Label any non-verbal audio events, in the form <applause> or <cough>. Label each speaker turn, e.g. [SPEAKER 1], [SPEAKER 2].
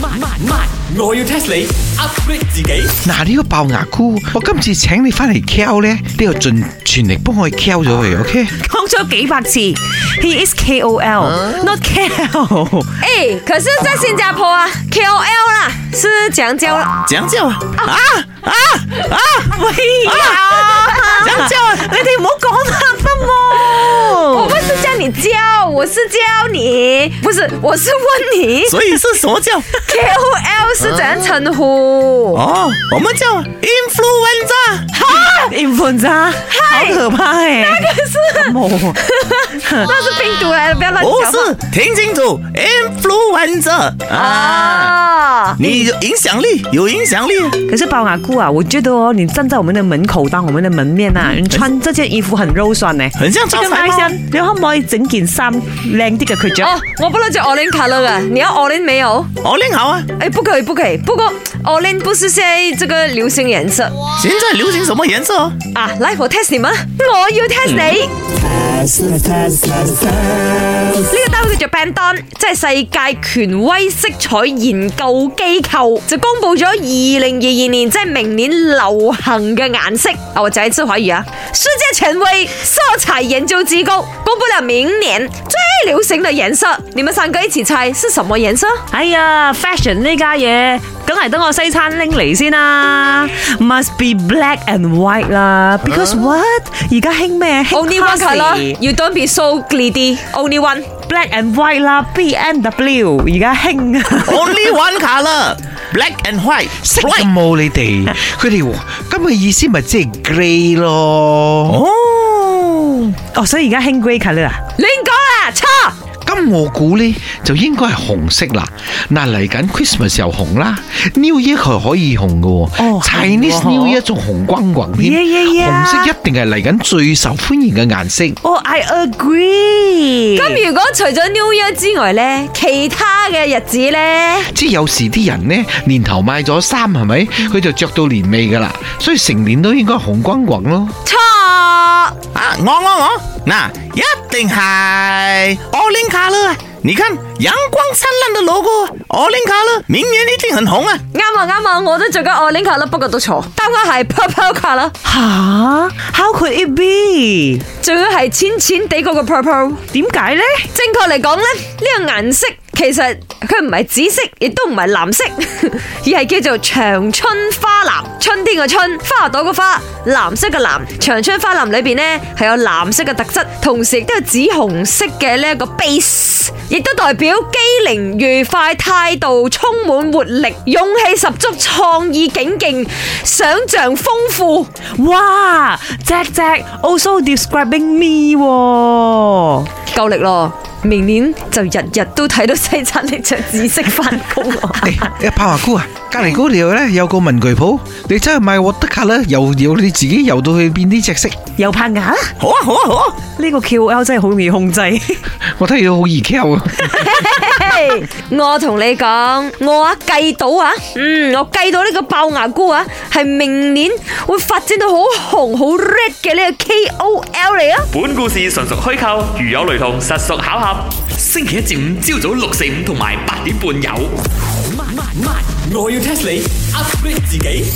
[SPEAKER 1] 慢慢慢，我要 test 你 upgrade 自己。
[SPEAKER 2] 嗱，呢個爆牙箍，我今次請你翻嚟 KO 咧，你要盡全力幫我 KO 咗佢，OK？
[SPEAKER 3] 講咗幾百次，He is K O L not K L。
[SPEAKER 4] 哎、可是，在新加坡啊，KOL 啦是讲究啦，
[SPEAKER 5] 讲叫啊啊啊啊！
[SPEAKER 3] 喂呀，
[SPEAKER 5] 講真啊
[SPEAKER 3] 你哋唔好講啦，
[SPEAKER 4] 我
[SPEAKER 3] 得
[SPEAKER 4] 不是叫你叫，我是叫你，不是，我是问你
[SPEAKER 5] <laughs> 所以是什么叫？
[SPEAKER 4] ，KOL 是怎样称呼？
[SPEAKER 5] 哦，我们叫 influenza。
[SPEAKER 3] 冇 i n f l u e n z a 好可怕哎，那個是冇
[SPEAKER 4] 那是病毒来的，不要乱
[SPEAKER 5] 不
[SPEAKER 4] 讲
[SPEAKER 5] 哦是，听清楚，influenza 啊！
[SPEAKER 4] 啊！
[SPEAKER 5] 你有影响力，有影响力。
[SPEAKER 3] 可是龅牙菇啊，我觉得哦，你站在我们的门口当我们的门面啊，
[SPEAKER 4] Ừ.
[SPEAKER 3] 你穿这件衣服很肉酸呢。
[SPEAKER 5] 很像招
[SPEAKER 3] 咁
[SPEAKER 5] 财
[SPEAKER 3] 解
[SPEAKER 5] 貓
[SPEAKER 3] 先，你可唔可以整件衫靚啲嘅佢着？
[SPEAKER 4] 哦，我不能讲 Olin color 啊，你要 Olin 没有？
[SPEAKER 5] 哦，令好啊！
[SPEAKER 4] 哎，不可以，不可以。不过 Olin 不是现在这个流行颜色
[SPEAKER 5] 现在流行什么颜色 <laughs> 哦？
[SPEAKER 4] 啊！来，我 test 你们，我要 test 你。呢個單位叫做 Bandon，即係世界權威色彩研究機構，就公布咗二零二二年，即係明年流行嘅顏色。啊，我再一次懷疑啊！世界權威色彩研究機構公布了明年最流行嘅顏色，你們三個一起猜是什麼顏色？
[SPEAKER 3] 哎呀，fashion à, 呢家嘢，梗係等我西餐拎嚟先啦，must à. be black and white 啦，because what 而家興咩？興
[SPEAKER 4] Only one
[SPEAKER 3] classy
[SPEAKER 4] colour. You don't be so greedy. Only one.
[SPEAKER 3] black and white 啦，B M W 而家興 <laughs> 啊
[SPEAKER 5] Only one color, black and white.
[SPEAKER 2] 識
[SPEAKER 5] Right.
[SPEAKER 2] 咁冇你哋，佢哋咁嘅意思咪即係 grey 咯？
[SPEAKER 5] 哦，
[SPEAKER 3] 哦，所以而家興 grey colour 啊，
[SPEAKER 4] 亂講啦，錯。
[SPEAKER 2] 咁我估呢，就應該係紅色啦。嗱，嚟緊 Christmas 又紅啦，New Year 佢可以紅嘅
[SPEAKER 3] 哦
[SPEAKER 2] 喎，Chinese
[SPEAKER 3] 係喎
[SPEAKER 2] New Year 仲紅光棍添，
[SPEAKER 3] Yeah, yeah, yeah
[SPEAKER 2] 紅色一定係嚟緊最受歡迎嘅顏色。
[SPEAKER 3] 哦，I agree。
[SPEAKER 4] 咁如果除咗 New Year 之外咧，其他嘅日子咧？
[SPEAKER 2] 即係有時啲人呢，年頭買咗衫係咪，佢就着到年尾㗎啦，所以成年都應該紅光棍咯。
[SPEAKER 4] 錯，
[SPEAKER 5] 啊，我我我，那一定係 Olin Color 啊！你看陽光燦爛的 logo，Olin Color 明年一定很紅啊！
[SPEAKER 4] 啱啊啱啊，我都做緊 o l i n c o l 不過都錯。答案係 purple colour，
[SPEAKER 3] 吓，how could it be？
[SPEAKER 4] 仲要係淺淺地嗰個 purple。
[SPEAKER 3] 點解咧？
[SPEAKER 4] 正確嚟講咧，呢、個顏色其實佢唔係紫色，亦都唔係藍色， <laughs> 而係叫做長春花藍。春天嘅春，花朵嘅花，藍色嘅藍。長春花藍裏邊呢係有藍色嘅特質，同時亦都有紫紅色嘅呢一個 base，亦都代表機靈、愉快、態度充滿活力、勇氣十足、創意景勁、想像豐富。
[SPEAKER 3] 哇，只只 also describing me 喎。
[SPEAKER 4] 夠力咯！明年就日日都睇到西餐拎着紫色翻工啊。
[SPEAKER 2] 诶、阿泡華菇啊，隔離嗰條咧有個文具鋪，你真係買 water c o l 又要你自己游到去變呢隻色，
[SPEAKER 3] 又拍牙啦！
[SPEAKER 5] 好啊好啊好啊！
[SPEAKER 3] 呢、個 QL 真係好容易控制。
[SPEAKER 2] 我睇到好易 k 啊！
[SPEAKER 4] 嘿我同你講，我啊計到啊，嗯，我計到呢個爆牙菇啊，係明年會發展到好紅好 red 嘅呢個 KOL 嚟啊！
[SPEAKER 6] 本故事純屬虛構，如有雷同，實屬巧合。星期一至五朝早六四五同埋八點半有。
[SPEAKER 1] 慢慢慢，我要 test 你 upgrade 自己。